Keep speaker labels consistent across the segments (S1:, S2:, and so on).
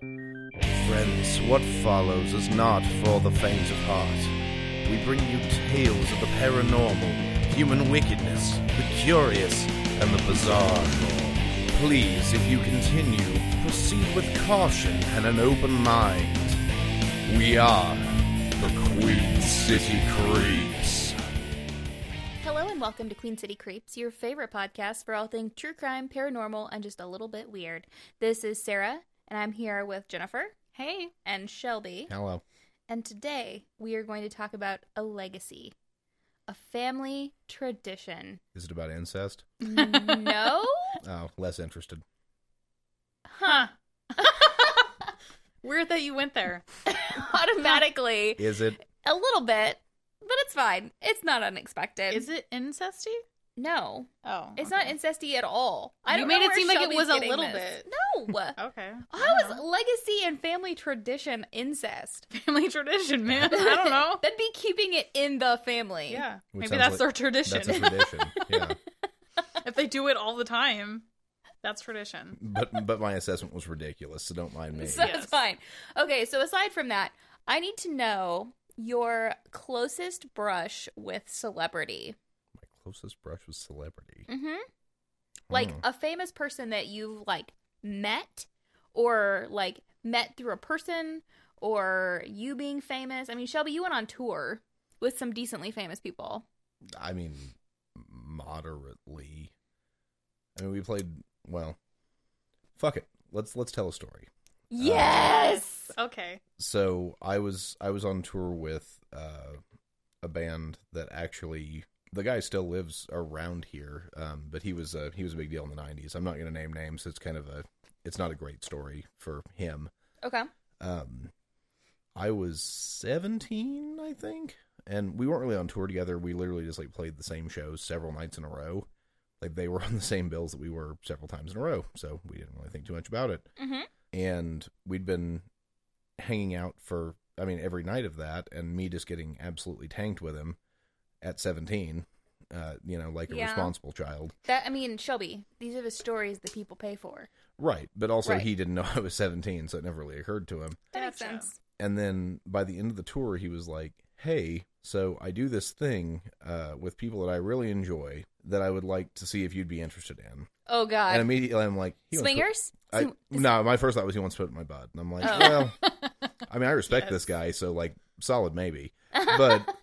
S1: Friends, what follows is not for the faint of heart. We bring you tales of the paranormal, human wickedness, the curious, and the bizarre. Please, if you continue, proceed with caution and an open mind. We are the Queen City Creeps.
S2: Hello and welcome to Queen City Creeps, your favorite podcast for all things true crime, paranormal, and just a little bit weird. This is Sarah, and I'm here with Jennifer. Hey. And Shelby.
S1: Hello.
S2: And today we are going to talk about a legacy, a family tradition.
S1: Is it about incest?
S2: no?
S1: Oh, less interested.
S3: Huh. Weird that you went there.
S2: Automatically.
S1: Is it?
S2: A little bit, but it's fine. It's not unexpected.
S3: Is it incesty?
S2: No.
S3: Oh.
S2: It's not incesty at all. I
S3: You
S2: don't
S3: made
S2: know
S3: it
S2: where
S3: seem like it
S2: Shelby's
S3: was a
S2: getting
S3: little
S2: this.
S3: bit.
S2: No.
S3: Okay.
S2: How is
S3: Uh-huh.
S2: legacy and family tradition incest?
S3: family tradition, man? I don't know.
S2: That'd be keeping it in the family.
S3: yeah.
S1: Which
S3: Maybe
S1: sounds
S3: that's
S1: like-
S3: their tradition.
S1: That's a tradition. yeah.
S3: if they do it all the time, that's tradition.
S1: But but my assessment was ridiculous, so don't mind me.
S2: So
S3: Yes.
S2: it's fine. Okay, so aside from that, I need to know your closest brush with celebrity.
S1: My closest brush was celebrity.
S2: Mm-hmm. Like
S1: Hmm.
S2: a famous person that you've like met or like met through a person or you being famous. I mean, Shelby, you went on tour with some decently famous people.
S1: I mean, moderately. I mean, we played well. Fuck it. Let's let's tell a story.
S2: Yes.
S3: Okay.
S1: So I was I was on tour with uh, a band that actually the guy still lives around here, um, but he was a he was a big deal in the '90s. I'm not going to name names. It's kind of a it's not a great story for him.
S2: Okay.
S1: um i was 17 i think and we weren't really on tour together we literally just like played the same shows several nights in a row like they were on the same bills that we were several times in a row so we didn't really think too much about it
S2: Mhm.
S1: and we'd been hanging out for i mean every night of that and me just getting absolutely tanked with him at 17 uh you know like a
S2: Yeah.
S1: responsible child
S2: That I mean, Shelby, these are the stories that people pay for.
S1: right but also
S2: Right.
S1: he didn't know i was 17 so it never really occurred to him
S2: That makes
S3: Gotcha.
S2: sense.
S1: and then by the end of the tour he was like hey so i do this thing uh, with people that i really enjoy that i would like to see if you'd be interested in
S2: Oh god.
S1: and immediately i'm like he wants to-
S2: Swingers?
S1: I,
S2: Sw-
S1: no my first thought was he wants to put it in my butt and i'm like
S2: Oh.
S1: well i mean i respect
S3: Yes.
S1: this guy so like solid maybe but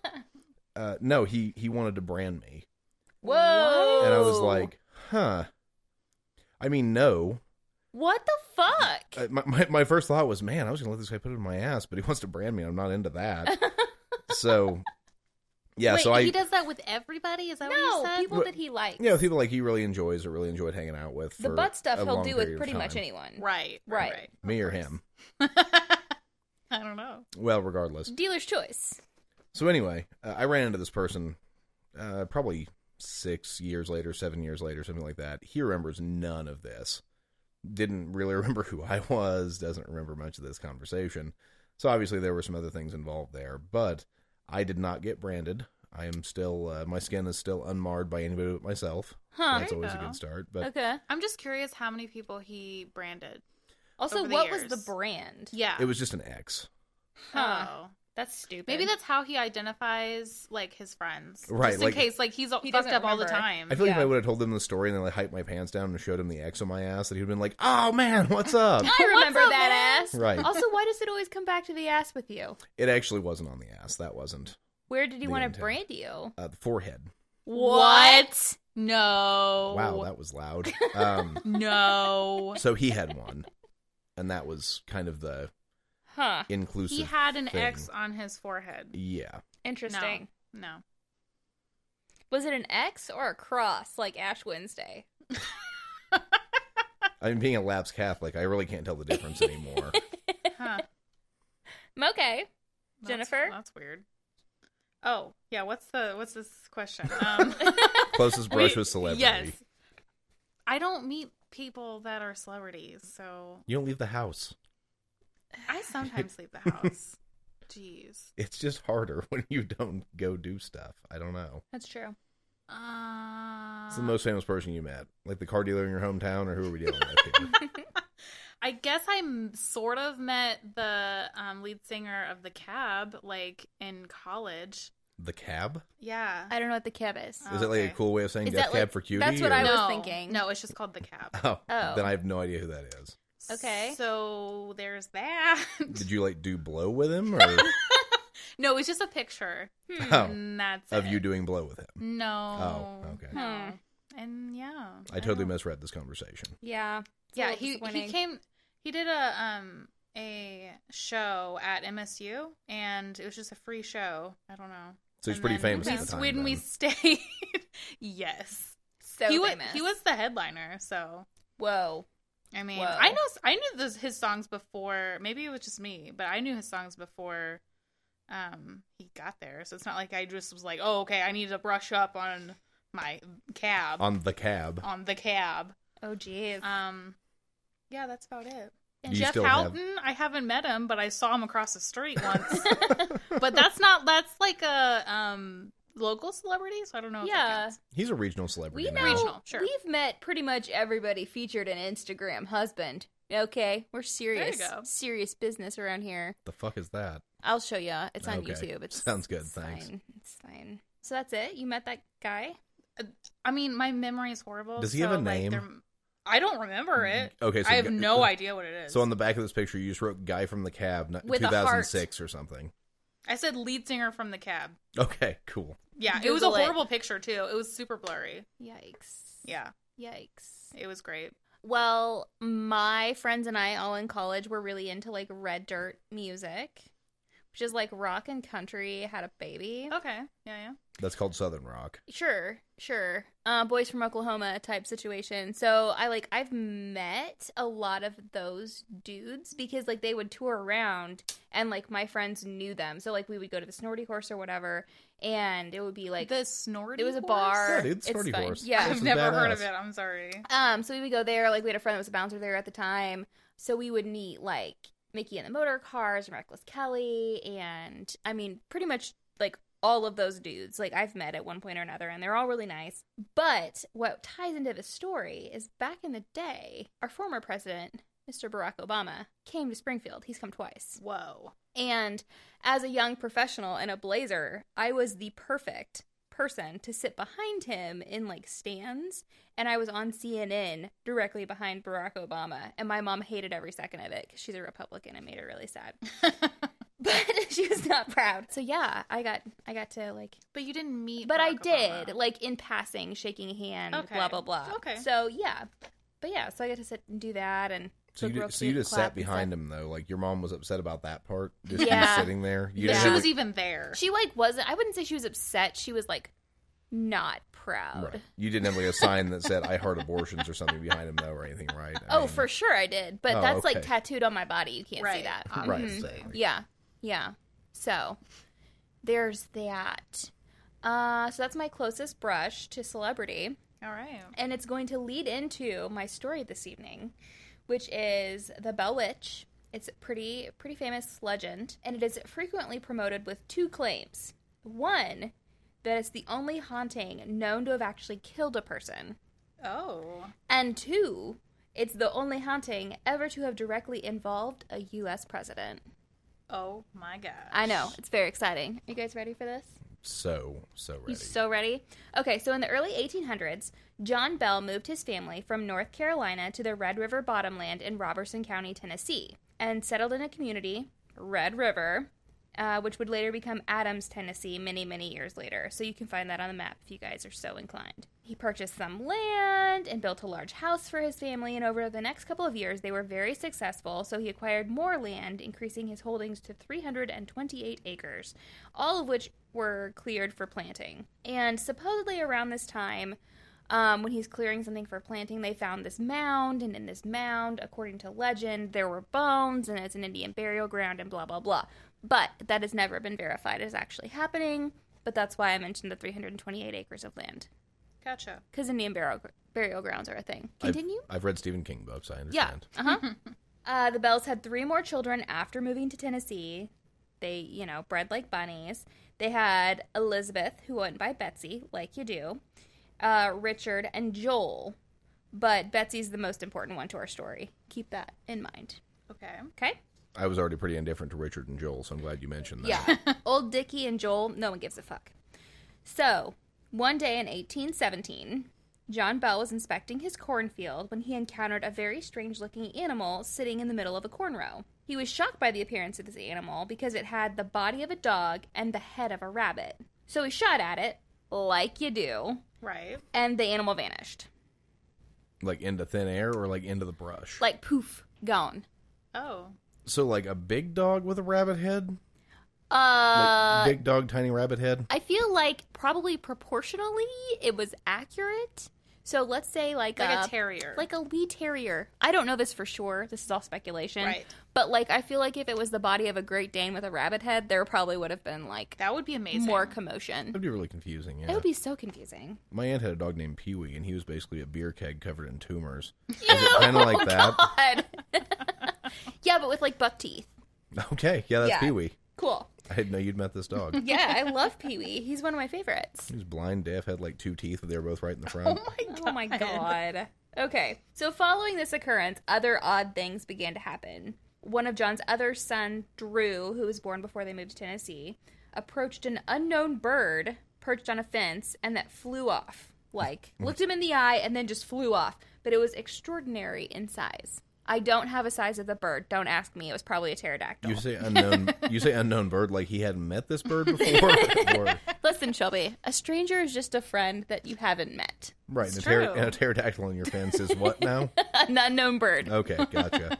S1: uh, no he he wanted to brand me
S2: Whoa.
S1: and i was like huh i mean no
S2: What the fuck?
S1: Uh, my, my, my first thought was, man, I was gonna let this guy put it in my ass, but he wants to brand me. and I'm not into that. so, yeah.
S4: Wait,
S1: so I,
S4: he does that with everybody. Is that
S2: no,
S4: what you said?
S2: people
S1: Wh-
S2: that he likes.
S1: you know, people like he really enjoys or really enjoyed hanging out with.
S2: the
S1: for
S2: butt stuff
S1: a
S2: he'll
S1: long
S2: do
S1: period
S2: with
S1: of
S2: pretty much
S1: time.
S2: anyone.
S3: Right.
S2: Right.
S1: me or him.
S3: right. I don't know.
S1: Well, regardless.
S2: Dealer's choice.
S1: So anyway, uh, I ran into this person, uh, probably six years later, seven years later, something like that. He remembers none of this. Didn't really remember who I was. Doesn't remember much of this conversation. So obviously there were some other things involved there, but I did not get branded. I am still uh, my skin is still unmarred by anybody but myself.
S2: Huh.
S1: That's
S3: Oh, There you
S1: always a
S3: go.
S1: good start. But
S2: okay.
S3: I'm just curious how many people he branded.
S2: Also,
S3: Over the
S2: what was
S3: years.
S2: the brand?
S3: Yeah.
S1: it was just an X,
S2: Huh.
S3: Oh.
S2: That's stupid.
S3: Maybe that's how he identifies like his friends,
S1: Right,
S3: Just
S1: like-
S3: in case, like he's all
S2: He
S3: fucked
S2: doesn't
S3: up all the
S2: remember.
S3: time.
S1: I feel like if
S2: Yeah.
S1: I would have told them the story and then like hyped my pants down and showed him the X on my ass, that he'd have been like, "Oh man, what's up?"
S2: I remember
S3: up,
S2: that
S3: man?
S2: ass.
S1: Right.
S2: Also, why does it always come back to the ass with you?
S1: It actually wasn't on the ass. That wasn't
S2: Where did he
S1: The
S2: want to
S1: antenna.
S2: brand you?
S1: uh, the forehead.
S3: What?
S2: Oh.
S3: No.
S1: Wow, that was loud. Um,
S3: no.
S1: so he had one, and that was kind of the
S2: Huh.
S1: inclusive.
S3: He had an
S1: thing.
S3: X on his forehead.
S1: Yeah,
S2: Interesting.
S3: No.
S2: Was it an X or a cross like Ash Wednesday?
S1: I mean, being a lapsed Catholic, I really can't tell the difference anymore.
S3: Huh.
S2: I'm okay.
S3: That's-
S2: Jennifer?
S3: That's weird. Oh, yeah, what's the what's this question? Um
S1: Closest brush
S3: we-
S1: with celebrity.
S3: Yes. I don't meet people that are celebrities, so
S1: You don't leave the house.
S3: I sometimes leave the house. Jeez.
S1: It's just harder when you don't go do stuff. I don't know.
S2: That's true.
S3: Uh,
S2: Ah.
S1: It's the most famous person you met, like the car dealer in your hometown, or who are we dealing with? Here?
S3: I guess I m- sort of met the um, lead singer of the Cab like in college.
S5: The cab?
S3: Yeah.
S2: I don't know what the cab is.
S3: Oh,
S5: Is that like a
S3: okay.
S5: cool way of saying
S2: Is
S5: death
S2: that,
S5: cab
S2: like-
S5: for cutie?
S2: that's what
S5: or-
S2: I was
S3: no,
S2: thinking.
S3: No, it's just called the Cab.
S5: Oh,
S2: Oh.
S5: then I have no idea who that is.
S2: Okay.
S3: So there's that.
S5: Did you like do blow with him or
S3: no, it's just a picture.
S2: Hmm.
S5: Oh.
S3: And that's
S5: of
S3: it.
S5: you doing blow with him?
S3: No.
S5: Oh, okay.
S3: No.
S2: Hmm.
S3: And yeah.
S5: I totally
S3: don't-
S5: misread this conversation.
S2: Yeah. It's a
S3: Yeah,
S2: little
S3: he he
S2: disappointing.
S3: came he did a um a show at MSU and it was just a free show. I don't know.
S5: So he's
S3: And
S5: pretty
S3: then
S5: famous
S3: we-
S5: at the time.
S3: When we
S5: then.
S3: stayed, yes,
S2: so
S3: he was
S2: famous.
S3: he was the headliner. So
S2: Whoa.
S3: I mean,
S2: Whoa.
S3: I know I knew those, his songs before. Maybe it was just me, but I knew his songs before um he got there. So it's not like I just was like, oh, okay, I need to brush up on my cab
S5: on the cab,
S3: on the cab.
S2: Oh jeez.
S3: Um, yeah, that's about it. And
S5: Do you
S3: Jeff
S5: still have-
S3: Houghton, I haven't met him, but I saw him across the street once. but that's not that's like a um local celebrity, so I don't know. If that
S2: Yeah.
S3: counts.
S5: he's a regional celebrity.
S2: we know
S5: now.
S3: Regional, sure.
S2: we've met pretty much everybody featured in Instagram husband. Okay, we're serious,
S3: go.
S2: serious business around here.
S5: The fuck is that?
S2: I'll show you. It's on
S5: Okay.
S2: YouTube. It's
S5: Sounds good,
S2: it's
S5: thanks.
S2: Fine. It's fine. So that's it. You met that guy.
S3: I mean, my memory is horrible.
S5: Does he have
S3: so,
S5: a name?
S3: Like, they're- I don't remember it.
S5: Okay, so
S3: I have
S5: gu-
S3: no idea what it is.
S5: uh, So on the back of this picture, you just wrote "guy from the cab," not-
S2: With a
S5: 2006 or something.
S3: I said lead singer from the cab.
S5: Okay, cool.
S3: Yeah, it was a
S2: Google it.
S3: horrible picture too. It was super blurry.
S2: Yikes.
S3: Yeah,
S2: Yikes.
S3: it was great.
S2: Well, my friends and I, all in college, were really into like red dirt music, which is like rock and country. Had a baby.
S3: Okay. Yeah, yeah.
S5: That's called Southern Rock.
S2: Sure, sure. Uh, boys from Oklahoma type situation. So I like I've met a lot of those dudes because like they would tour around and like my friends knew them. So like we would go to the Snorty Horse or whatever, and it would be like
S3: the snorty.
S2: it was a
S3: horse?
S2: bar.
S5: Yeah, dude,
S2: It's
S5: Snorty
S2: fine.
S5: Horse.
S2: Yeah.
S5: This
S3: I've
S5: is
S3: never heard
S5: badass.
S3: of it. I'm sorry.
S2: Um, so we would go there. Like we had a friend that was a bouncer there at the time. So we would meet like Mickey and the Motor Cars and Reckless Kelly, and I mean, pretty much like all of those dudes. Like I've met at one point or another, and they're all really nice. But what ties into the story is back in the day, our former president, Mr. Barack Obama, came to Springfield. He's come twice.
S3: Whoa.
S2: And as a young professional in a blazer, I was the perfect person to sit behind him in like stands. And I was on CNN directly behind Barack Obama. And my mom hated every second of it because she's a Republican and made her really sad. But she was not proud. So yeah, I got I got to like
S3: But you didn't meet.
S2: but I
S3: Barack
S2: did,
S3: Obama.
S2: like in passing, shaking hand,
S3: Okay.
S2: blah blah blah.
S3: Okay.
S2: So yeah. But yeah, so I got to sit and do that and
S5: So
S2: look
S5: you,
S2: real
S5: ju- so you
S2: cute and
S5: just
S2: clap
S5: sat
S2: and stuff.
S5: behind him though. Like your mom was upset about that part. Just you
S2: Yeah.
S5: sitting there. You
S3: But
S5: didn't
S3: she
S5: have
S3: was
S5: to-
S3: even there.
S2: She like wasn't. I wouldn't say she was upset. She was like not proud.
S5: Right. You didn't have like a sign that said "I heart abortions" or something behind him though, or anything, right? I
S2: Oh,
S5: mean,
S2: for sure I did, but
S5: Oh,
S2: that's like
S5: okay.
S2: tattooed on my body. You can't see
S3: Right. Mm-hmm.
S2: that.
S3: Right.
S5: right.
S2: Mhm.
S5: exactly.
S2: Yeah, yeah. So there's that. Uh, so that's my closest brush to celebrity,
S3: All right.
S2: and it's going to lead into my story this evening, which is the Bell Witch. It's a pretty pretty famous legend, and it is frequently promoted with two claims. One, that it's the only haunting known to have actually killed a person.
S3: Oh.
S2: And two, it's the only haunting ever to have directly involved a U.S. president.
S3: Oh my gosh.
S2: I know, it's very exciting. you guys ready for this?
S5: So so ready.
S2: You so ready? Okay, so in the early 1800s, John Bell moved his family from North Carolina to the Red River bottomland in Robertson County, Tennessee, and settled in a community, Red River, uh, which would later become Adams, Tennessee, many, many years later. So you can find that on the map if you guys are so inclined. He purchased some land and built a large house for his family, and over the next couple of years, they were very successful, so he acquired more land, increasing his holdings to 328 acres, all of which were cleared for planting. And supposedly around this time, um, when he's clearing something for planting, they found this mound, and in this mound, according to legend, there were bones, and it's an Indian burial ground, and blah, blah, blah. But that has never been verified as actually happening, but that's why I mentioned the 328 acres of land,
S3: Gotcha.
S2: because Indian burial, burial grounds are a thing.
S5: I've-
S2: Continue?
S5: I've, read Stephen King books. I
S2: Yeah.
S5: understand.
S2: Uh-huh. uh, the Bells had three more children after moving to Tennessee. They, you know, bred like bunnies. They had Elizabeth, who went by Betsy, like you do, uh, Richard, and Joel, but Betsy's the most important one to our story. Keep that in mind.
S3: Okay.
S2: Okay?
S1: I was already pretty indifferent to Richard and Joel, so I'm glad you mentioned that.
S2: Yeah. Old Dickie and Joel, no one gives a fuck. So, one day in 1817, John Bell was inspecting his cornfield when he encountered a very strange looking animal sitting in the middle of a corn row. He was shocked by the appearance of this animal because it had the body of a dog and the head of a rabbit. So he shot at it, like you do,
S3: Right.
S2: and the animal vanished.
S1: Like into thin air or like into the brush.
S2: Like poof, gone.
S3: Oh.
S1: so like a big dog with a rabbit head?
S4: Uh,
S1: Like big dog, tiny rabbit head?
S2: I feel like probably proportionally it was accurate. So let's say like, uh,
S3: Like a terrier.
S2: like a wee terrier. I don't know this for sure. This is all speculation.
S3: Right.
S2: But like I feel like if it was the body of a Great Dane with a rabbit head, there probably would have been like
S3: that would be amazing.
S2: more commotion.
S1: That'd be really confusing, yeah.
S2: It would be so confusing.
S1: My aunt had a dog named Pee Wee, and he was basically a beer keg covered in tumors. Is it kind of like that?
S2: God. yeah, but with like buck teeth.
S1: Okay, yeah, that's
S2: Yeah.
S1: Pee Wee.
S2: Cool.
S1: I didn't know you'd met this dog.
S2: Yeah, I love Pee Wee. He's one of my favorites.
S1: he was blind, deaf, had like two teeth, but they were both right in the
S3: Oh
S1: front.
S3: my god.
S2: Oh my god. Okay. So following this occurrence, other odd things began to happen. One of John's other son, Drew, who was born before they moved to Tennessee, approached an unknown bird perched on a fence and that flew off. Like, looked him in the eye and then just flew off. But it was extraordinary in size. I don't have a size of the bird. Don't ask me. It was probably a pterodactyl.
S1: You say unknown. you say unknown bird like he hadn't met this bird before. or,
S2: Listen, Shelby, a stranger is just a friend that you haven't met.
S1: right, and a,
S3: It's
S1: pter-
S3: true.
S1: and a pterodactyl on your fence is what now?
S2: An unknown bird.
S1: Okay, gotcha.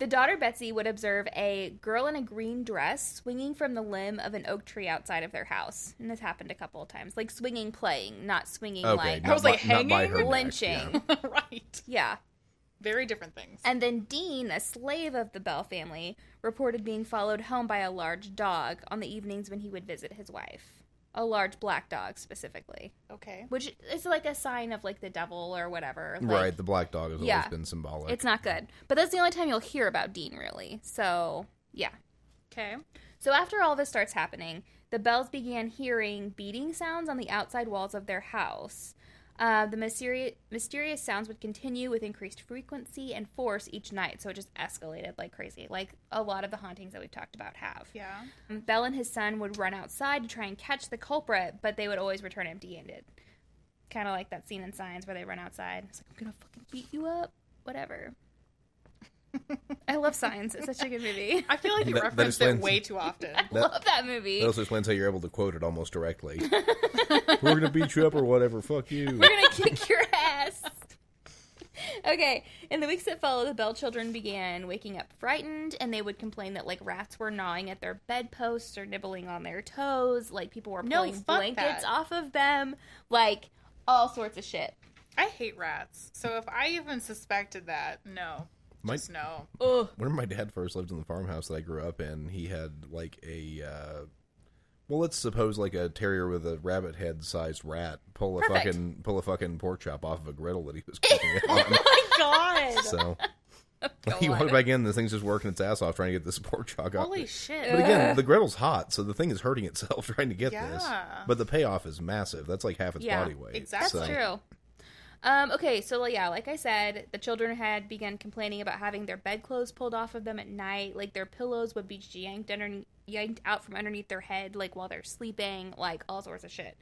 S2: The daughter Betsy would observe a girl in a green dress swinging from the limb of an oak tree outside of their house. And this happened a couple of times. Like swinging, playing, not swinging,
S1: Okay,
S2: like
S1: not,
S3: was like,
S1: by, not by
S3: hanging?
S1: her neck,
S2: lynching.
S1: yeah.
S3: right.
S2: yeah.
S3: Very different things.
S2: And then Dean, a slave of the Bell family, reported being followed home by a large dog on the evenings when he would visit his wife. A large black dog specifically,
S3: Okay.
S2: which is like a sign of like the devil or whatever. Like,
S1: Right, the black dog has
S2: Yeah.
S1: always been symbolic.
S2: It's not good. But that's the only time you'll hear about Dean, really. So, yeah.
S3: Okay.
S2: So after all this starts happening, the bells began hearing beating sounds on the outside walls of their house. Uh, the mysteri- mysterious sounds would continue with increased frequency and force each night, so it just escalated like crazy, like a lot of the hauntings that we've talked about have.
S3: Yeah.
S2: Um, Bell and his son would run outside to try and catch the culprit, but they would always return empty-handed. Kind of like that scene in Signs where they run outside. It's like I'm gonna fucking beat you up, whatever. I love Signs. It's such a good movie.
S3: I feel like you
S1: That- that
S3: referenced it
S1: explains-
S3: way too often.
S2: I love that movie.
S1: That also explains how you're able to quote it almost directly. We're gonna beat you up or whatever. Fuck you.
S2: We're gonna kick your ass. Okay. In the weeks that followed, the Bell children began waking up frightened, and they would complain that like rats were gnawing at their bedposts or nibbling on their toes. Like people were
S3: No,
S2: pulling
S3: fuck
S2: blankets
S3: that.
S2: off of them. Like all sorts of shit.
S3: I hate rats. So if I even suspected that, no.
S1: My-
S3: Just no.
S2: Ugh.
S1: Whenever my dad first lived in the farmhouse that I grew up in, he had like a uh, well, let's suppose like a terrier with a rabbit head sized rat pull a
S2: Perfect.
S1: fucking pull a fucking pork chop off of a griddle that he was cooking it on.
S3: God.
S1: So
S2: Oh Go
S1: he
S2: on.
S1: walked back in, this thing's just working its ass off trying to get this pork chop off.
S3: Holy shit.
S1: But again, the griddle's hot, so the thing is hurting itself trying to get this.
S3: Yeah.
S1: But the payoff is massive. That's like half its
S2: Yeah,
S1: body weight.
S2: That's
S3: exactly.
S1: So-
S2: true. Um, okay, so like, yeah, like I said, the children had begun complaining about having their bedclothes pulled off of them at night. Like their pillows would be yanked under, yanked out from underneath their head, like while they're sleeping, like all sorts of shit.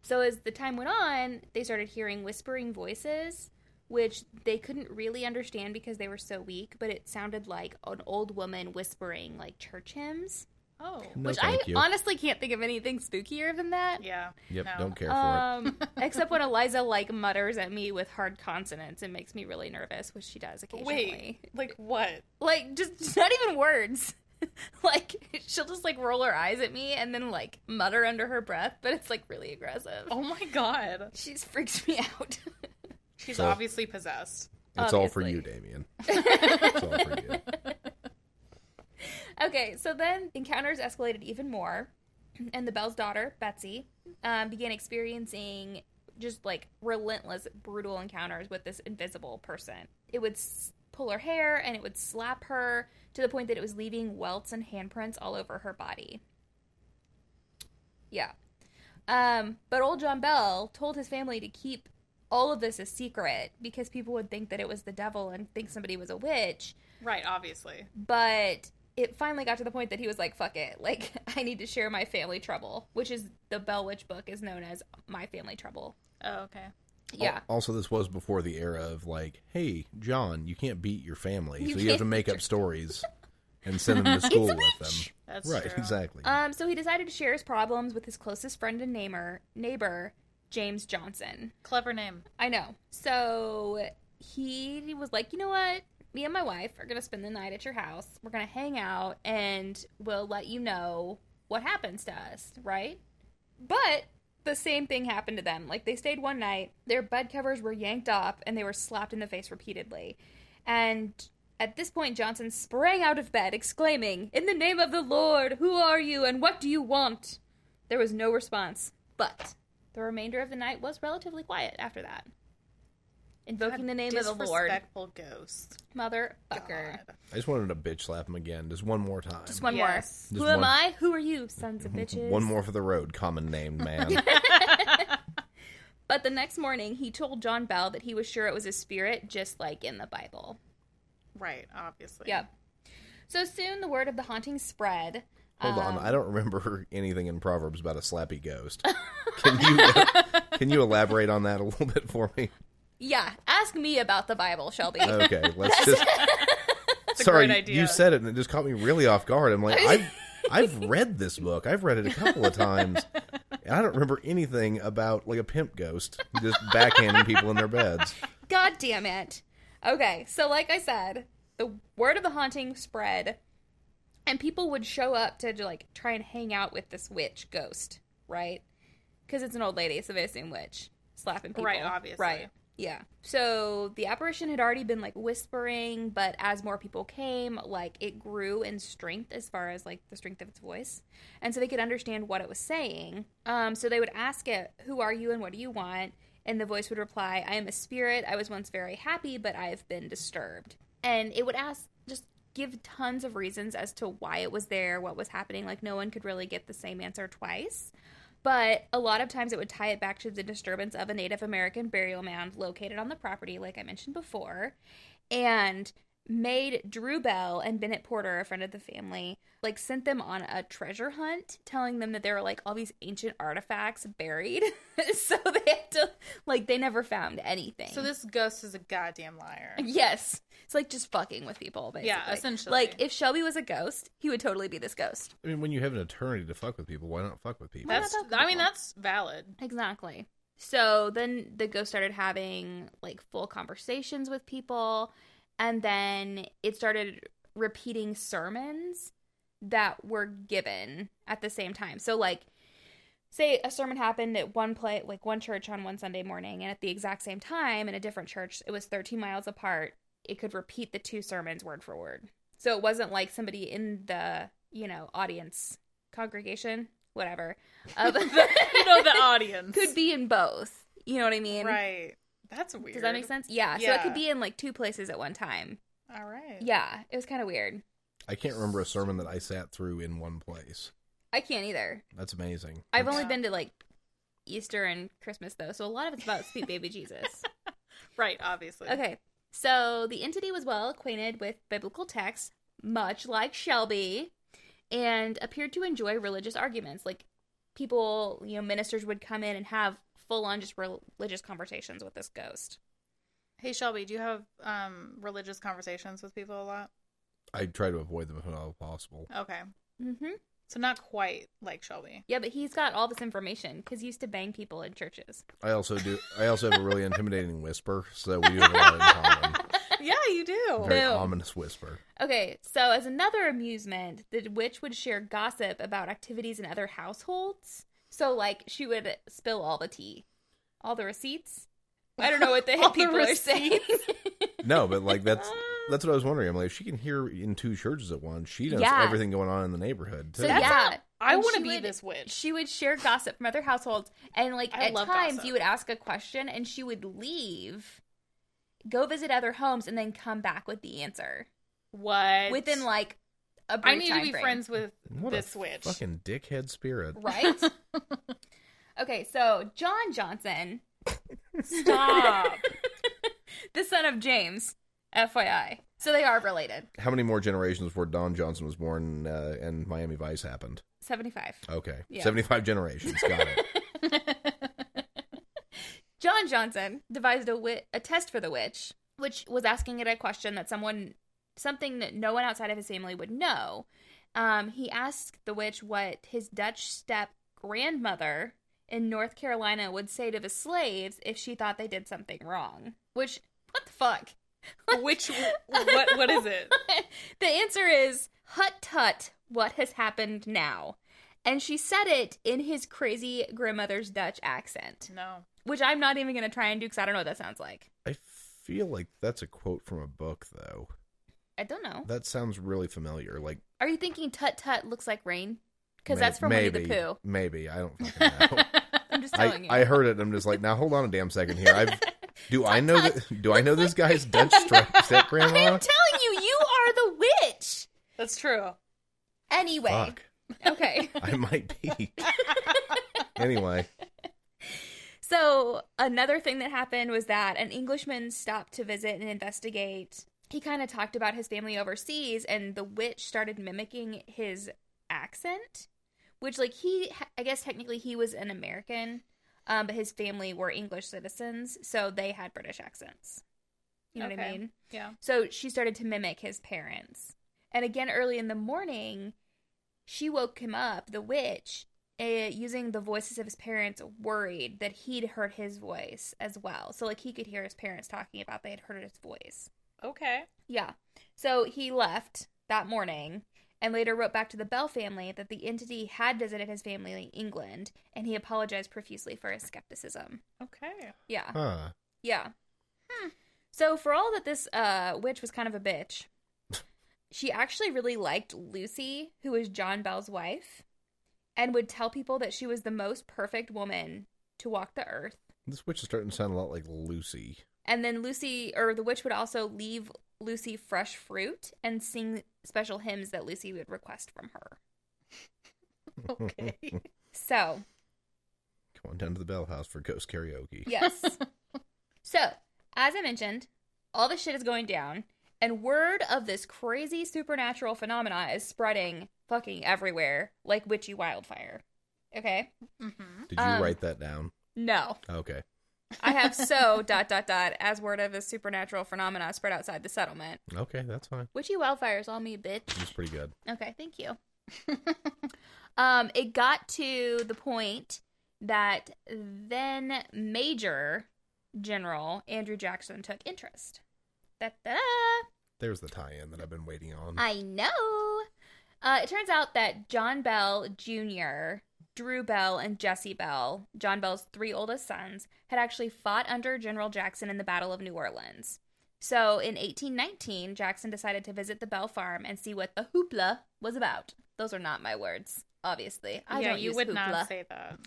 S2: So as the time went on, they started hearing whispering voices, which they couldn't really understand because they were so weak. But it sounded like an old woman whispering like church hymns,
S3: Oh.
S1: No,
S2: which I
S1: thank you.
S2: honestly can't think of anything spookier than that.
S3: Yeah.
S1: Yep,
S3: No.
S1: don't care for it.
S2: Um, except when Eliza like mutters at me with hard consonants, it makes me really nervous, which she does
S3: Wait.
S2: occasionally.
S3: Like what?
S2: Like just, just not even words. like she'll just like roll her eyes at me and then like mutter under her breath, but it's like really aggressive.
S3: Oh my god.
S2: She's freaks me out.
S3: She's
S1: So-
S3: obviously possessed.
S1: It's all for
S2: obviously.
S1: you, Damien. it's all for you.
S2: okay, so then encounters escalated even more, and the Bell's daughter Betsy um, began experiencing just like relentless, brutal encounters with this invisible person. It would s- pull her hair and it would slap her to the point that it was leaving welts and handprints all over her body. Yeah. Um, but old John Bell told his family to keep all of this is secret because people would think that it was the devil and think somebody was a witch.
S3: Right, obviously.
S2: But it finally got to the point that he was like, fuck it. Like, I need to share my family trouble, which is the Bell Witch book is known as My Family Trouble.
S3: Oh, okay.
S2: Yeah.
S1: Al- Also, this was before the era of like, hey, John, you can't beat your family,
S2: You
S1: so you have to
S2: can't
S1: make up stories and send them to school
S2: a
S1: with them.
S2: witch!
S3: That's
S1: right,
S3: true.
S1: exactly.
S2: Um, so he decided to share his problems with his closest friend and neighbor, neighbor James Johnson.
S3: Clever name.
S2: I know. So he was like, you know what? Me and my wife are going to spend the night at your house. We're going to hang out and we'll let you know what happens to us, right? But the same thing happened to them. Like they stayed one night, their bed covers were yanked off and they were slapped in the face repeatedly. And at this point, Johnson sprang out of bed, exclaiming, In the name of the Lord, who are you and what do you want? There was no response, but the remainder of the night was relatively quiet after that. Invoking the name of the Lord.
S3: Disrespectful ghost.
S2: Motherfucker.
S3: God.
S1: I just wanted to bitch slap him again, just one more time.
S2: Just one
S3: Yes.
S2: more.
S1: Just
S2: who am
S1: one-
S2: I? Who are you, sons of bitches?
S1: One more for the road, common name man.
S2: But the next morning, he told John Bell that he was sure it was a spirit, just like in the Bible.
S3: Right, obviously.
S2: Yep. So soon, the word of the haunting spread.
S1: Hold on,
S2: Um,
S1: I don't remember anything in Proverbs about a slappy ghost. Can you uh, can you elaborate on that a little bit for me?
S2: Yeah, ask me about the Bible, Shelby.
S1: Okay, let's just.
S3: a
S1: Sorry,
S3: great idea.
S1: you said it and it just caught me really off guard. I'm like, I've I've read this book. I've read it a couple of times, and I don't remember anything about like a pimp ghost just backhanding people in their beds.
S2: God damn it. Okay, so like I said, the word of the haunting spread, and people would show up to like try and hang out with this witch ghost, right? Because it's an old lady, so they assume witch slapping people,
S3: Right, obviously.
S2: right? Yeah. So the apparition had already been like whispering, but as more people came, like it grew in strength as far as like the strength of its voice. And so they could understand what it was saying. Um, so they would ask it, Who are you and what do you want? And the voice would reply, I am a spirit. I was once very happy, but I have been disturbed. And it would ask, just give tons of reasons as to why it was there, what was happening. Like no one could really get the same answer twice but a lot of times it would tie it back to the disturbance of a Native American burial mound located on the property, like I mentioned before, and made Drew Bell and Bennett Porter, a friend of the family, like sent them on a treasure hunt, telling them that there were like all these ancient artifacts buried. so they had to like they never found anything.
S3: So this ghost is a goddamn liar.
S2: Yes. It's like just fucking with people, basically.
S3: Yeah, essentially.
S2: Like if Shelby was a ghost, he would totally be this ghost.
S1: I mean, when you have an attorney to fuck with people, why not fuck with people?
S2: Why not
S3: That's
S2: talk to
S3: I mean
S2: people?
S3: that's valid.
S2: Exactly. So then the ghost started having like full conversations with people, and then it started repeating sermons that were given at the same time. So like say a sermon happened at one play like one church on one Sunday morning and at the exact same time in a different church, it was 13 miles apart. It could repeat the two sermons word for word. So it wasn't like somebody in the, you know, audience congregation, whatever. Of
S3: You know the audience.
S2: could be in both. You know what I mean?
S3: Right. That's weird.
S2: Does that make sense? Yeah. So it
S3: Yeah.
S2: could be in like two places at one time.
S3: All right.
S2: Yeah. It was kind of weird.
S1: I can't remember a sermon that I sat through in one place.
S2: I can't either.
S1: That's amazing.
S2: I've
S1: That's-
S2: only
S3: Yeah.
S2: been to like Easter and Christmas though, so a lot of it's about sweet baby Jesus.
S3: Right, obviously.
S2: Okay. So the entity was well acquainted with biblical texts, much like Shelby, and appeared to enjoy religious arguments. Like people, you know, ministers would come in and have full on just religious conversations with this ghost.
S3: Hey Shelby, do you have um religious conversations with people a lot?
S1: I try to avoid them if at all possible.
S3: Okay.
S2: Mm-hmm.
S3: So not quite like Shelby.
S2: Yeah, but he's got all this information because he used to bang people in churches.
S1: I also do. I also have a really intimidating whisper, so we do have a lot in common.
S3: yeah, you do.
S1: Very
S2: Boom.
S1: ominous whisper.
S2: Okay, so as another amusement, the witch would share gossip about activities in other households. So, like, she would spill all the tea, all the receipts. I don't know what the
S3: All the
S2: people are saying.
S1: No, but like that's that's what I was wondering. I'm like, if she can hear in two churches at once. She knows
S2: Yeah.
S1: everything going on in the neighborhood. Too.
S2: so,
S3: That's
S2: yeah.
S3: I
S2: And
S3: want
S2: she
S3: to be
S2: would-
S3: this witch.
S2: She would share gossip from other households, and like
S3: I
S2: at
S3: love
S2: times
S3: gossip.
S2: you would ask a question, and she would leave, go visit other homes, and then come back with the answer
S3: What?
S2: within like a brief
S3: I need to
S2: time
S3: be
S2: frame.
S3: friends with
S1: What
S3: this
S1: a
S3: witch.
S1: fucking dickhead spirit.
S2: Right? okay, so John Johnson Stop. the son of James, FYI. So they are related.
S1: How many more generations before Don Johnson was born uh, and Miami Vice happened?
S2: 75.
S1: Okay,
S2: Yeah.
S1: seventy-five generations. Got it.
S2: John Johnson devised a, wi- a test for the witch, which was asking it a question that someone, something that no one outside of his family would know. Um, he asked the witch what his Dutch step grandmother in North Carolina would say to the slaves if she thought they did something wrong. Which, what the fuck?
S3: Which what what is it?
S2: the answer is hut tut what has happened now and she said it in his crazy grandmother's dutch accent
S3: No.
S2: which i'm not even gonna try and do because i don't know what that sounds like
S1: I feel like that's a quote from a book, though.
S2: i don't know
S1: That sounds really familiar. Like
S2: are you thinking tut tut looks like rain because
S1: may-
S2: that's from
S1: maybe,
S2: winnie the pooh
S1: Maybe I don't fucking know.
S2: i'm just telling
S1: I,
S2: you
S1: I heard it. and I'm just like, now hold on a damn second here. I've do I know that do I know this guy's Dutch stripes that
S2: I
S1: grandma?
S2: am telling you you are the witch
S3: That's true.
S2: anyway
S1: Fuck,
S2: okay
S1: I might be. anyway,
S2: So another thing that happened was that an Englishman stopped to visit and investigate. He kind of talked about his family overseas, and the witch started mimicking his accent, which, like, he, I guess technically he was an American, um, but his family were English citizens, so they had British accents. You know what I
S3: Okay.
S2: mean?
S3: Yeah.
S2: So she started to mimic his parents. And again, early in the morning, she woke him up, the witch, uh, using the voices of his parents, worried that he'd heard his voice as well. So, like, he could hear his parents talking about they had heard his voice.
S3: Okay.
S2: Yeah. So he left that morning and later wrote back to the Bell family that the entity had visited his family in England and he apologized profusely for his skepticism.
S3: Okay.
S2: Yeah.
S1: huh?
S2: Yeah. So for all that this uh, witch was kind of a bitch, she actually really liked Lucy, who was John Bell's wife, and would tell people that she was the most perfect woman to walk the earth.
S1: This witch is starting to sound a lot like Lucy.
S2: And then Lucy, or the witch, would also leave Lucy fresh fruit and sing special hymns that Lucy would request from her.
S3: Okay.
S2: So
S1: Come on down to the Bell House for ghost karaoke.
S2: Yes. so, as I mentioned, all this shit is going down, and word of this crazy supernatural phenomena is spreading fucking everywhere like witchy wildfire. Okay?
S3: mm-hmm.
S1: Did you
S2: Um,
S1: write that down?
S2: No.
S1: Okay.
S2: I have so dot dot dot as word of this supernatural phenomena spread outside the settlement.
S1: Okay, that's fine.
S2: Witchy wildfires all me, bitch.
S1: It's pretty good.
S2: Okay, thank you. um, it got to the point that then Major General Andrew Jackson took interest. Da-da-da.
S1: There's the tie-in that I've been waiting on.
S2: I know. Uh, it turns out that John Bell Jr., Drew Bell, and Jesse Bell, John Bell's three oldest sons, had actually fought under General Jackson in the Battle of New Orleans. So in 1819, Jackson decided to visit the Bell farm and see what the hoopla was about. Those are not my words, obviously. I
S3: yeah,
S2: don't
S3: you
S2: use
S3: would
S2: hoopla.
S3: not say that.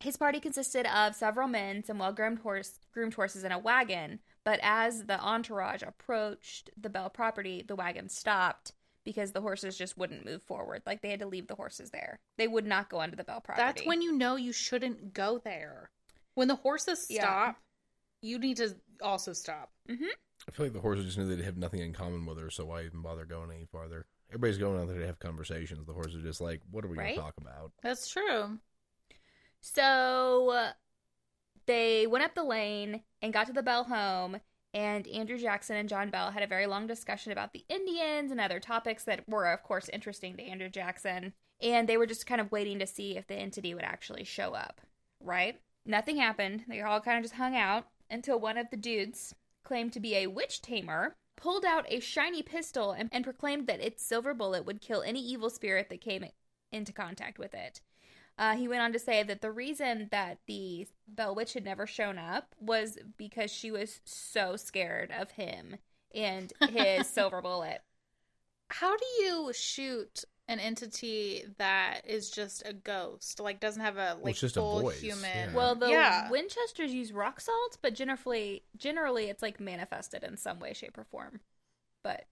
S2: His party consisted of several men, some well groomed horse groomed horses, and a wagon. But as the entourage approached the Bell property, the wagon stopped because the horses just wouldn't move forward. Like they had to leave the horses there. They would not go onto the Bell property.
S3: That's when you know you shouldn't go there. When the horses
S2: Yeah.
S3: stop, you need to also stop.
S1: I feel like the horses just knew they'd have nothing in common with her, so why even bother going any farther? Everybody's going out there to have conversations. The horses are just like, what are we going
S2: Right?
S1: to talk about?
S3: That's true.
S2: So uh, they went up the lane and got to the Bell home, and Andrew Jackson and John Bell had a very long discussion about the Indians and other topics that were, of course, interesting to Andrew Jackson. And they were just kind of waiting to see if the entity would actually show up, right? Nothing happened. They all kind of just hung out until one of the dudes, claimed to be a witch tamer, pulled out a shiny pistol and, and proclaimed that its silver bullet would kill any evil spirit that came into contact with it. Uh, he went on to say that the reason that the Bell Witch had never shown up was because she was so scared of him and his silver bullet.
S3: How do you shoot an entity that is just a ghost? Like doesn't have a like
S1: it's just a
S3: full
S1: voice,
S3: human.
S1: yeah.
S2: Well, the
S3: Yeah.
S2: Winchesters use rock salt, but generally, generally it's like manifested in some way, shape, or form. But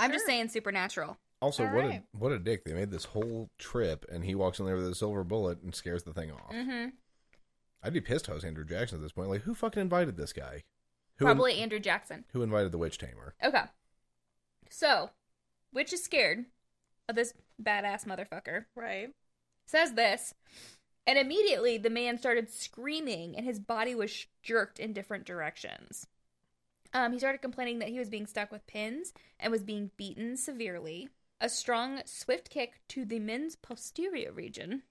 S2: I'm just
S3: Sure.
S2: saying supernatural.
S1: Also,
S3: All
S1: what
S3: right.
S1: a what a dick! They made this whole trip, and he walks in there with a silver bullet and scares the thing off.
S2: Mm-hmm.
S1: I'd be pissed if I was Andrew Jackson at this point. Like, who fucking invited this guy? Who in-
S2: Probably Andrew Jackson.
S1: who invited the witch tamer?
S2: Okay. So, Witch is scared of this badass motherfucker.
S3: Right.
S2: Says this, and immediately the man started screaming and his body was sh- jerked in different directions. Um, he started complaining that he was being stuck with pins and was being beaten severely. A strong, swift kick to the men's posterior region.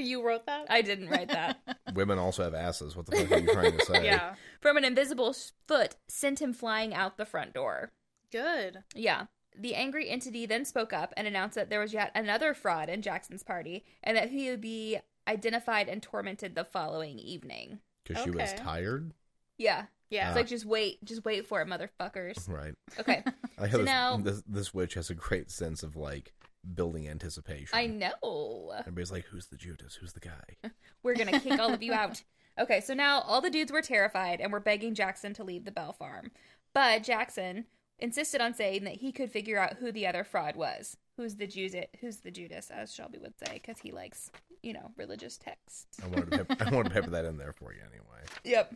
S3: You wrote that?
S2: I didn't write that.
S1: Women also have asses. What the fuck are you trying to say?
S3: yeah.
S2: From an invisible s- foot sent him flying out the front door.
S3: Good.
S2: Yeah. The angry entity then spoke up and announced that there was yet another fraud in Jackson's party and that he would be identified and tormented the following evening.
S1: Because she was
S3: Okay.
S1: tired.
S2: Yeah.
S3: Yeah.
S1: Uh.
S2: It's like, just wait. Just wait for it, motherfuckers.
S1: Right.
S2: Okay.
S1: I
S2: So
S1: have this,
S2: now-
S1: this, this witch has a great sense of like building anticipation.
S2: I know.
S1: Everybody's like, who's the Judas? Who's the guy?
S2: We're going to kick all of you out. Okay. So now all the dudes were terrified and were begging Jackson to leave the Bell Farm. But Jackson insisted on saying that he could figure out who the other fraud was. Who's the Judas? Who's the Judas, as Shelby would say, because he likes, you know, religious texts.
S1: I wanted, to pep- I wanted to pepper that in there for you anyway.
S2: Yep.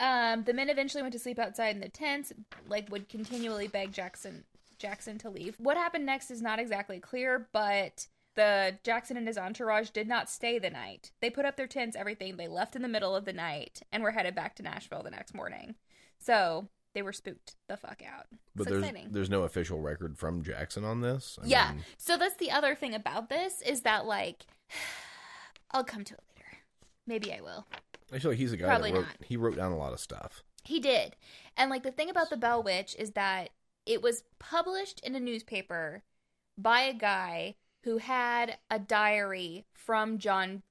S2: Um, the men eventually went to sleep outside in the tents, like would continually beg Jackson Jackson to leave. What happened next is not exactly clear, but the Jackson and his entourage did not stay the night. They put up their tents, everything. They left in the middle of the night and were headed back to Nashville the next morning. So they were spooked the fuck out.
S1: But
S2: it's
S1: there's
S2: exciting.
S1: there's no official record from Jackson on this. I
S2: yeah.
S1: mean,
S2: So that's the other thing about this is that like, I'll come to it later. Maybe I will.
S1: I feel like he's a guy
S2: Probably
S1: that wrote,
S2: not.
S1: he wrote down a lot of stuff.
S2: He did. And like the thing about the Bell Witch is that it was published in a newspaper by a guy who had a diary from John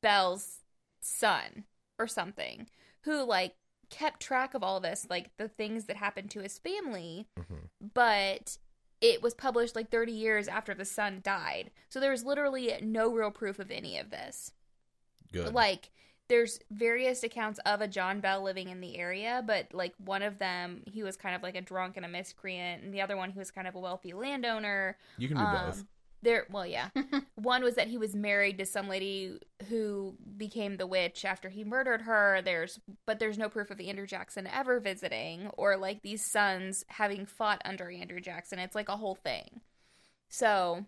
S2: Bell's son or something who like kept track of all this like the things that happened to his family
S1: Mhm.
S2: but it was published like 30 years after the son died so there was literally no real proof of any of this
S1: Good.
S2: like there's various accounts of a John Bell living in the area, but like one of them, he was kind of like a drunk and a miscreant, and the other one, he was kind of a wealthy landowner.
S1: you can do
S2: um,
S1: both.
S2: There, well, yeah. one was that he was married to some lady who became the witch after he murdered her. There's, but there's no proof of Andrew Jackson ever visiting, or like these sons having fought under Andrew Jackson. It's like a whole thing. So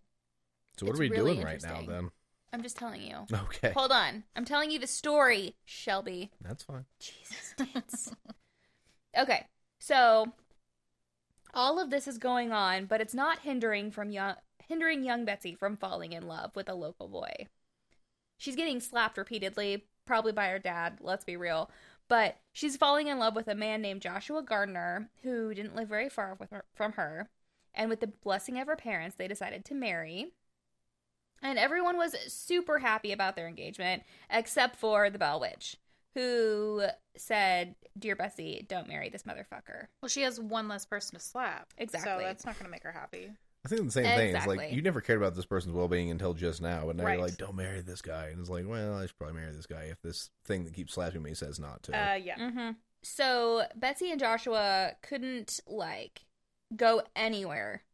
S1: So what
S2: it's
S1: are we
S2: really
S1: doing right now then?
S2: interesting. I'm just telling you.
S1: Okay.
S2: Hold on, I'm telling you the story, Shelby.
S1: That's fine.
S2: Jesus tits. okay, so all of this is going on, but it's not hindering from young hindering young Betsy from falling in love with a local boy. She's getting slapped repeatedly, probably by her dad, let's be real. But she's falling in love with a man named Joshua Gardner, who didn't live very far with her, from her. And with the blessing of her parents, they decided to marry. And everyone was super happy about their engagement, except for the Bell Witch, who said, Dear Bessie, don't marry this motherfucker.
S3: Well, she has one less person to slap. So
S2: Exactly.
S3: that's not going to make her happy.
S1: I think the same thing. It's like
S2: Exactly.
S1: you never cared about this person's well being until just now, and now
S3: Right.
S1: you're like, "Don't marry this guy." And it's like, "Well, I should probably marry this guy if this thing that keeps slapping me says not to."
S3: Uh, yeah.
S2: Mm-hmm. So Betsy and Joshua couldn't, like, go anywhere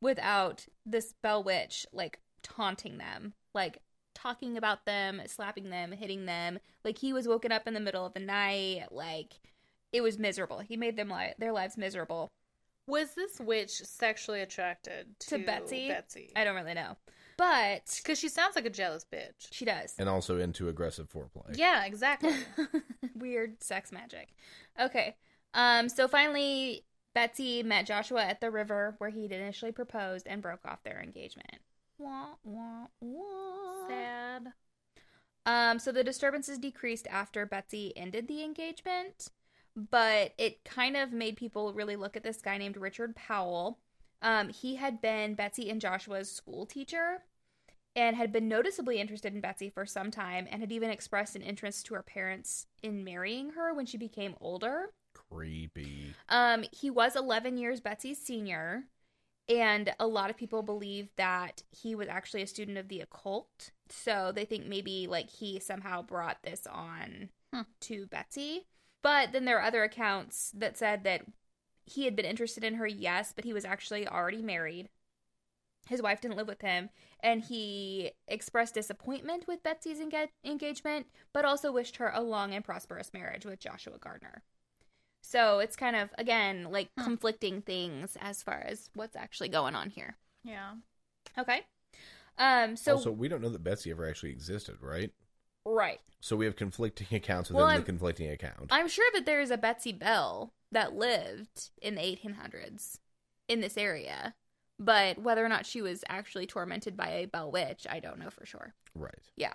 S2: without this Bell Witch, like, taunting them, like, talking about them, slapping them, hitting them. Like, he was woken up in the middle of the night. Like, it was miserable. He made them li- their lives miserable.
S3: Was this witch sexually attracted to,
S2: To Betsy?
S3: Betsy.
S2: I don't really know. But
S3: Because she sounds like a jealous bitch.
S2: she does.
S1: and also into aggressive foreplay.
S3: Yeah, exactly.
S2: Weird sex magic. Okay. Um so finally Betsy met Joshua at the river where he'd initially proposed and broke off their engagement. Wah, wah, wah.
S4: Sad.
S2: Um so the disturbances decreased after Betsy ended the engagement, but it kind of made people really look at this guy named Richard Powell. Um he had been Betsy and Joshua's school teacher and had been noticeably interested in Betsy for some time and had even expressed an interest to her parents in marrying her when she became older.
S1: Creepy.
S2: Um, he was 11 years Betsy's senior, and a lot of people believe that he was actually a student of the occult. So they think maybe like he somehow brought this on
S3: Hmm.
S2: to Betsy. But then there are other accounts that said that he had been interested in her, yes, but he was actually already married. his wife didn't live with him, and he expressed disappointment with Betsy's enga- engagement, but also wished her a long and prosperous marriage with Joshua Gardner. So it's kind of, again, like conflicting things as far as what's actually going on here.
S3: Yeah.
S2: Okay. Um, so,
S1: also, we don't know that Betsy ever actually existed, right?
S2: right.
S1: So we have conflicting accounts within
S2: Well,
S1: the
S2: I'm-
S1: conflicting account.
S2: I'm sure that there is a Betsy Bell that lived in the 1800s in this area, but whether or not she was actually tormented by a Bell witch, I don't know for sure.
S1: right.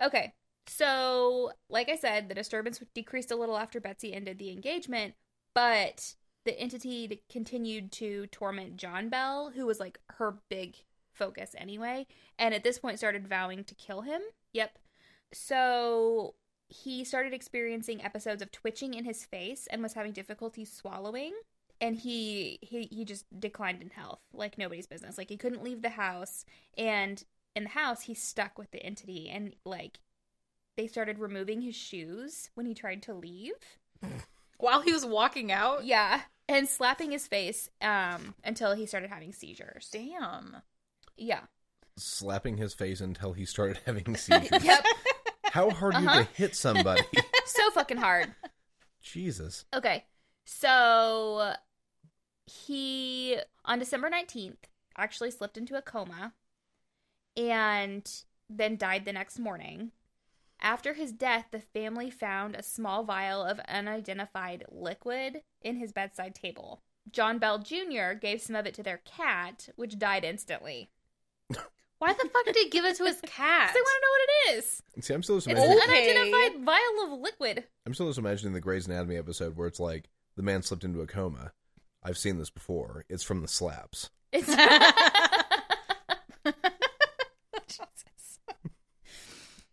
S2: Okay. So, like I said, the disturbance decreased a little after Betsy ended the engagement, but the entity d- continued to torment John Bell, who was like her big focus anyway, and at this point started vowing to kill him. Yep. So, he started experiencing episodes of twitching in his face and was having difficulty swallowing and he he he just declined in health like nobody's business like he couldn't leave the house and in the house he's stuck with the entity and like they started removing his shoes when he tried to leave
S3: While he was walking out.
S2: yeah and slapping his face um until he started having seizures
S3: Damn.
S2: yeah
S1: Slapping his face until he started having seizures.
S2: yep
S1: How hard are you
S2: Uh-huh.
S1: to hit somebody?
S2: so fucking hard
S1: Jesus.
S2: Okay. So he on December 19th actually slipped into a coma and then died the next morning. After his death, the family found a small vial of unidentified liquid in his bedside table. John Bell Jr. gave some of it to their cat, which died instantly.
S4: Why the fuck did he give it to his cat?
S2: 'Cause They want to know what it is.
S1: See, I'm still just
S2: It's
S1: imagining.
S2: an
S3: Okay.
S2: unidentified vial of liquid.
S1: I'm still just imagining the Grey's Anatomy episode where it's like the man slipped into a coma. I've seen this before. It's from the slaps.
S2: It's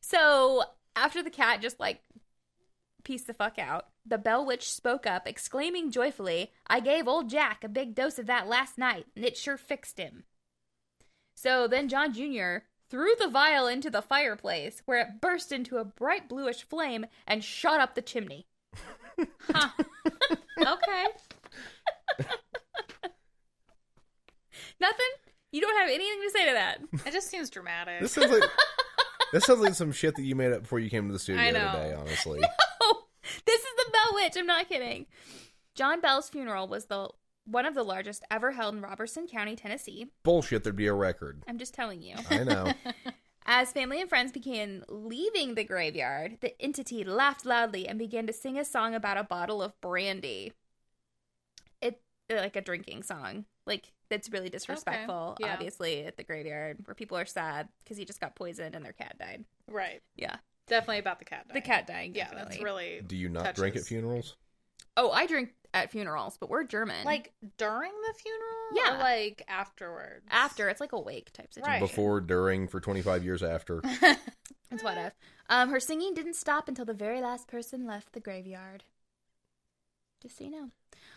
S2: So after the cat just like pieced the fuck out, the Bell Witch spoke up, exclaiming joyfully, I gave old Jack a big dose of that last night, and it sure fixed him. So then John Jr. threw the vial into the fireplace, where it burst into a bright bluish flame and shot up the chimney.
S4: okay.
S2: Nothing? You don't have anything to say to that.
S3: It just seems dramatic.
S1: This sounds like that sounds like some shit that you made up before you came to the studio
S3: I know.
S1: today. Honestly,
S2: this is the Bell Witch. I'm not kidding. John Bell's funeral was the one of the largest ever held in Robertson County, Tennessee.
S1: bullshit. There'd be a record.
S2: I'm just telling you.
S1: I know.
S2: As family and friends began leaving the graveyard, the entity laughed loudly and began to sing a song about a bottle of brandy. It like a drinking song, like that's really disrespectful,
S3: yeah.
S2: obviously, at the graveyard where people are sad because he just got poisoned and their cat died.
S3: right.
S2: Yeah,
S3: Definitely about the cat.
S2: the
S3: dying.
S2: cat dying.
S3: Yeah,
S2: definitely.
S3: that's really
S1: Do you not drink at
S3: Touches.
S1: funerals?
S2: Oh, I drink at funerals, but we're German.
S3: like during the funeral.
S2: Yeah.
S3: Or like afterwards.
S2: after it's like a wake type situation.
S3: Right.
S1: Before, during, for 25 years after.
S2: It's what if. Um, her singing didn't stop until the very last person left the graveyard. Just so you know.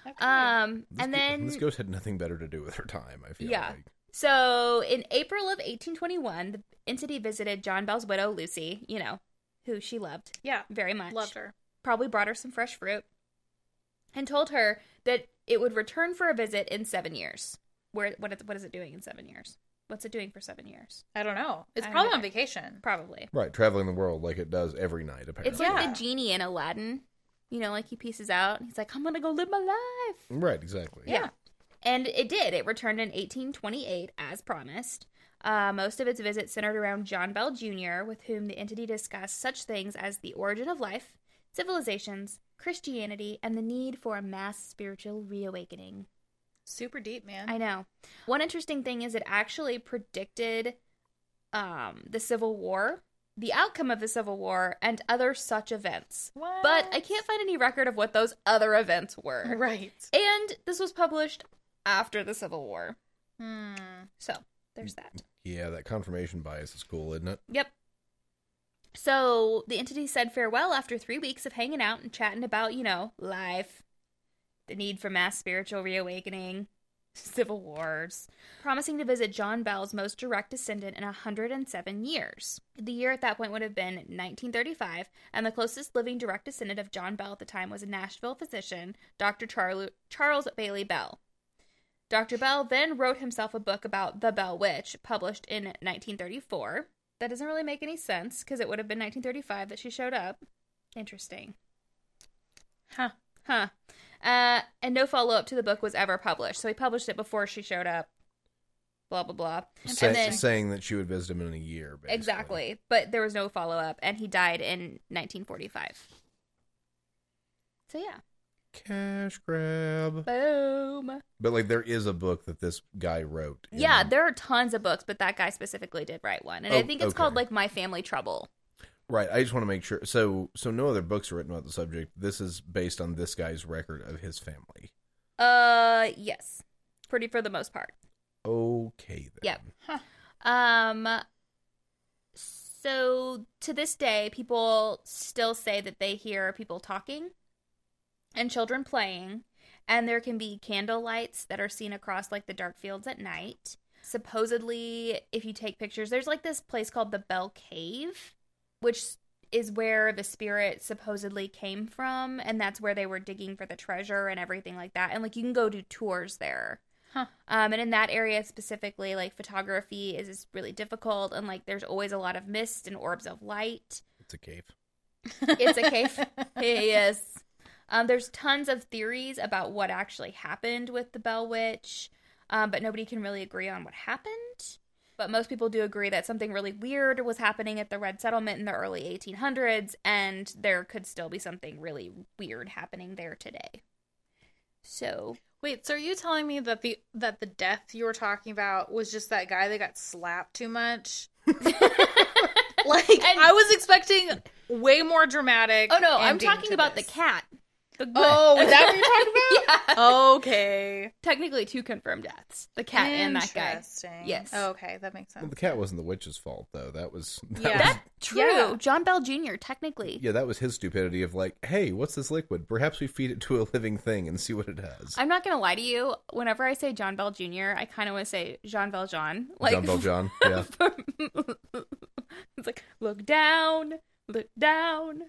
S3: Okay.
S2: Um,
S1: This
S2: and
S1: go-
S2: then
S1: this ghost had nothing better to do with her time. I feel
S2: Yeah.
S1: like.
S2: so in April of 1821, the entity visited John Bell's widow Lucy. You know, who she loved
S3: yeah.
S2: very much.
S3: Loved her.
S2: Probably brought her some fresh fruit, and told her that it would return for a visit in seven years. Where what is, what is it doing in seven years? What's it doing for seven years?
S3: I don't know. It's
S2: I don't
S3: probably
S2: know.
S3: on vacation.
S2: Probably.
S1: Right, traveling the world like it does every night. Apparently.
S2: It's like
S3: Yeah.
S2: the genie in Aladdin. You know, like he pieces out and he's like, I'm gonna go live my life.
S1: Right, exactly.
S2: Yeah. And it did. It returned in 1828 as promised. Uh, most of its visits centered around John Bell Jr., with whom the entity discussed such things as the origin of life, civilizations, Christianity, and the need for a mass spiritual reawakening.
S3: Super deep, man.
S2: I know. One interesting thing is it actually predicted um, the Civil War, the outcome of the Civil War, and other such events.
S3: What?
S2: But I can't find any record of what those other events were.
S3: Right.
S2: And this was published after the Civil War.
S3: Hmm.
S2: So there's that.
S1: Yeah, that confirmation bias is cool, isn't it?
S2: Yep. So the entity said farewell after three weeks of hanging out and chatting about, you know, life, the need for mass spiritual reawakening, civil wars, promising to visit John Bell's most direct descendant in 107 years. The year at that point would have been 1935, and the closest living direct descendant of John Bell at the time was a Nashville physician, Dr. Charl- Charles Bailey Bell. Dr. Bell then wrote himself a book about the Bell Witch, published in 1934. That doesn't really make any sense because it would have been 1935 that she showed up. Interesting.
S3: Huh.
S2: Huh. Uh, and no follow up to the book was ever published. So he published it before she showed up. Blah, blah, blah.
S1: Say,
S2: and then,
S1: saying that she would visit him in a year. Basically.
S2: exactly. But there was no follow up, and he died in 1945. So, yeah.
S1: Cash grab.
S2: Boom.
S1: But like, there is a book that this guy wrote. in-
S2: Yeah, there are tons of books, but that guy specifically did write one. And I
S1: Oh,
S2: think it's
S1: okay.
S2: called like My Family Trouble.
S1: right. I just want to make sure. So, so no other books are written about the subject. This is based on this guy's record of his family.
S2: Uh yes. Pretty for the most part.
S1: Okay. Then.
S2: Yep. Um so to this day people still say that they hear people talking and children playing and there can be candle lights that are seen across like the dark fields at night. Supposedly if you take pictures there's like this place called the Bell Cave which is where the spirit supposedly came from and that's where they were digging for the treasure and everything like that and like you can go do tours there
S3: Huh.
S2: um, and in that area specifically like photography is, is really difficult and like there's always a lot of mist and orbs of light
S1: It's a cave.
S2: it's a cave yes um, there's tons of theories about what actually happened with the bell witch um, but nobody can really agree on what happened but most people do agree that something really weird was happening at the red settlement in the early 1800s and there could still be something really weird happening there today so
S3: Wait, so are you telling me that the that the death you were talking about was just that guy that got slapped too much? like I was expecting way more dramatic.
S2: oh no i'm
S3: ending
S2: talking
S3: to
S2: about
S3: this.
S2: the cat
S3: Oh, is that what you're talking
S2: yeah.
S3: about? Okay.
S2: technically two confirmed deaths the cat and that guy
S3: Interesting.
S2: Yes.
S3: okay, that makes
S1: Well,
S3: sense.
S1: the cat wasn't the witch's fault though. That was that
S3: Yeah.
S1: was
S2: that true
S3: Yeah.
S2: john bell jr technically
S1: Yeah, that was his stupidity of like, hey, what's this liquid? Perhaps we feed it to a living thing and see what it does.
S2: i'm not gonna lie to you whenever i say john bell jr i kind of want to say jean valjean like
S1: John Valjean. Yeah.
S2: it's like look down look down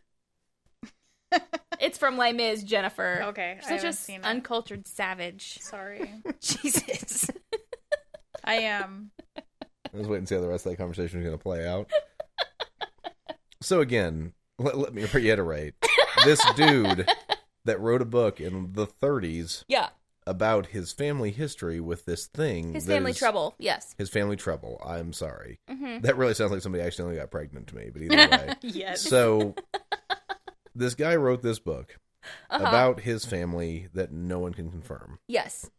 S2: it's from Les Mis, Jennifer.
S3: Okay, I
S2: Such a
S3: haven't
S2: s-
S3: seen it.
S2: uncultured savage.
S3: Sorry.
S2: Jesus.
S3: I am.
S1: I was waiting to see how the rest of that conversation was going to play out. So again, let, let me reiterate: this dude that wrote a book in the 30s
S2: Yeah.
S1: about his family history with this thing,
S2: His
S1: that
S2: family
S1: is-
S2: trouble. Yes.
S1: his family trouble. I'm sorry,
S2: hmm
S1: that really sounds like somebody accidentally got pregnant to me. But either way,
S3: Yes.
S1: so this guy wrote this book
S2: Uh-huh.
S1: about his family that no one can confirm.
S2: yes.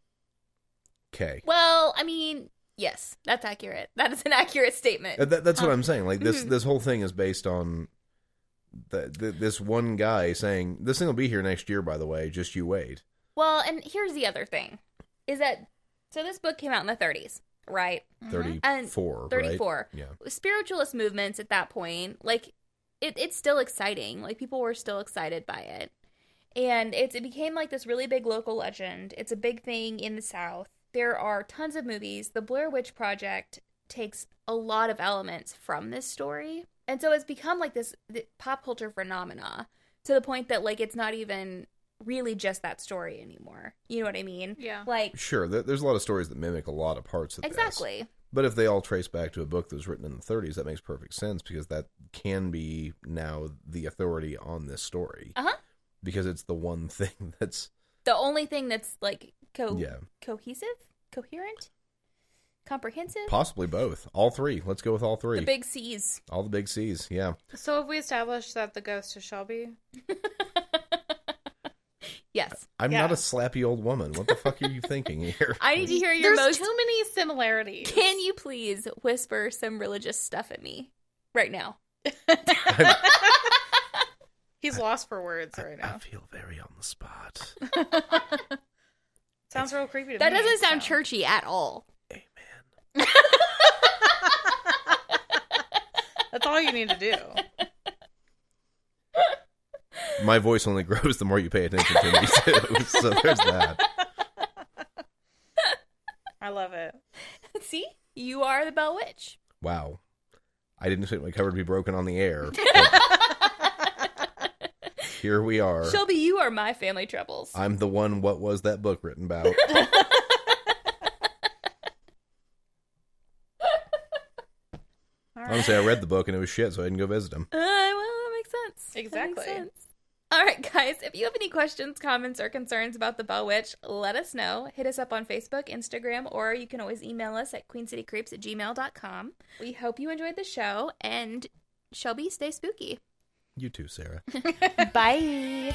S1: Okay.
S2: Well, I mean, yes, that's accurate. That is an accurate statement.
S1: Uh, That, that's what
S2: Huh.
S1: I'm saying. Like this,
S2: Mhm.
S1: this whole thing is based on the, the, this one guy saying, "This thing will be here next year." By the way, just you wait.
S2: well, and here's the other thing is that so this book came out in the 30s, right?
S3: Mm-hmm.
S2: Mm-hmm. And
S1: Thirty-four. right?
S2: 34.
S1: Yeah.
S2: Spiritualist movements at that point, like it, it's still exciting. Like people were still excited by it. And it's it became like this really big local legend. It's a big thing in the South. There are tons of movies. The Blair Witch Project takes a lot of elements from this story. And so it's become like this th- pop culture phenomena to the point that like it's not even really just that story anymore. You know what I mean?
S3: Yeah.
S2: Like
S1: Sure. There, there's a lot of stories that mimic a lot of parts of this.
S2: exactly.
S1: But if they all trace back to a book that was written in the 30s, that makes perfect sense because that can be now the authority on this story.
S2: Uh-huh.
S1: Because it's the one thing that's
S2: The only thing that's like co-
S1: yeah,
S2: cohesive, coherent, comprehensive.
S1: possibly both. All three. Let's go with all three.
S2: The big C's.
S1: all the big C's. Yeah.
S3: So have we established that the ghost is Shelby?
S2: Yes.
S1: I'm not a
S3: Yeah.
S1: slappy old woman. What the fuck are you thinking here?
S2: I need to hear your
S3: There's
S2: most.
S3: too many similarities.
S2: Can you please whisper some religious stuff at me right now?
S3: He's lost for words right now.
S1: feel very on the spot.
S3: Sounds real creepy. To
S2: That
S3: me,
S2: doesn't sound
S3: so.
S2: churchy at all.
S1: Amen.
S3: That's all you need to do.
S1: My voice only grows the more you pay attention to me, too. so there's that.
S3: I love it.
S2: See, you are the Bell Witch.
S1: Wow. I didn't expect my cover to be broken on the air. but Here we are.
S2: Shelby, you are my family troubles.
S1: I'm the one. What was that book written about? Honestly, I read the book and it was shit, so I didn't go visit him.
S2: Uh, well, that makes sense. That makes
S3: Exactly.
S2: sense. All right, guys, if you have any questions, comments, or concerns about the Bell Witch, let us know. Hit us up on Facebook, Instagram, or you can always email us at queencitycreeps at gmail.com. We hope you enjoyed the show, and Shelby, stay spooky.
S1: You too, Sarah.
S2: Bye.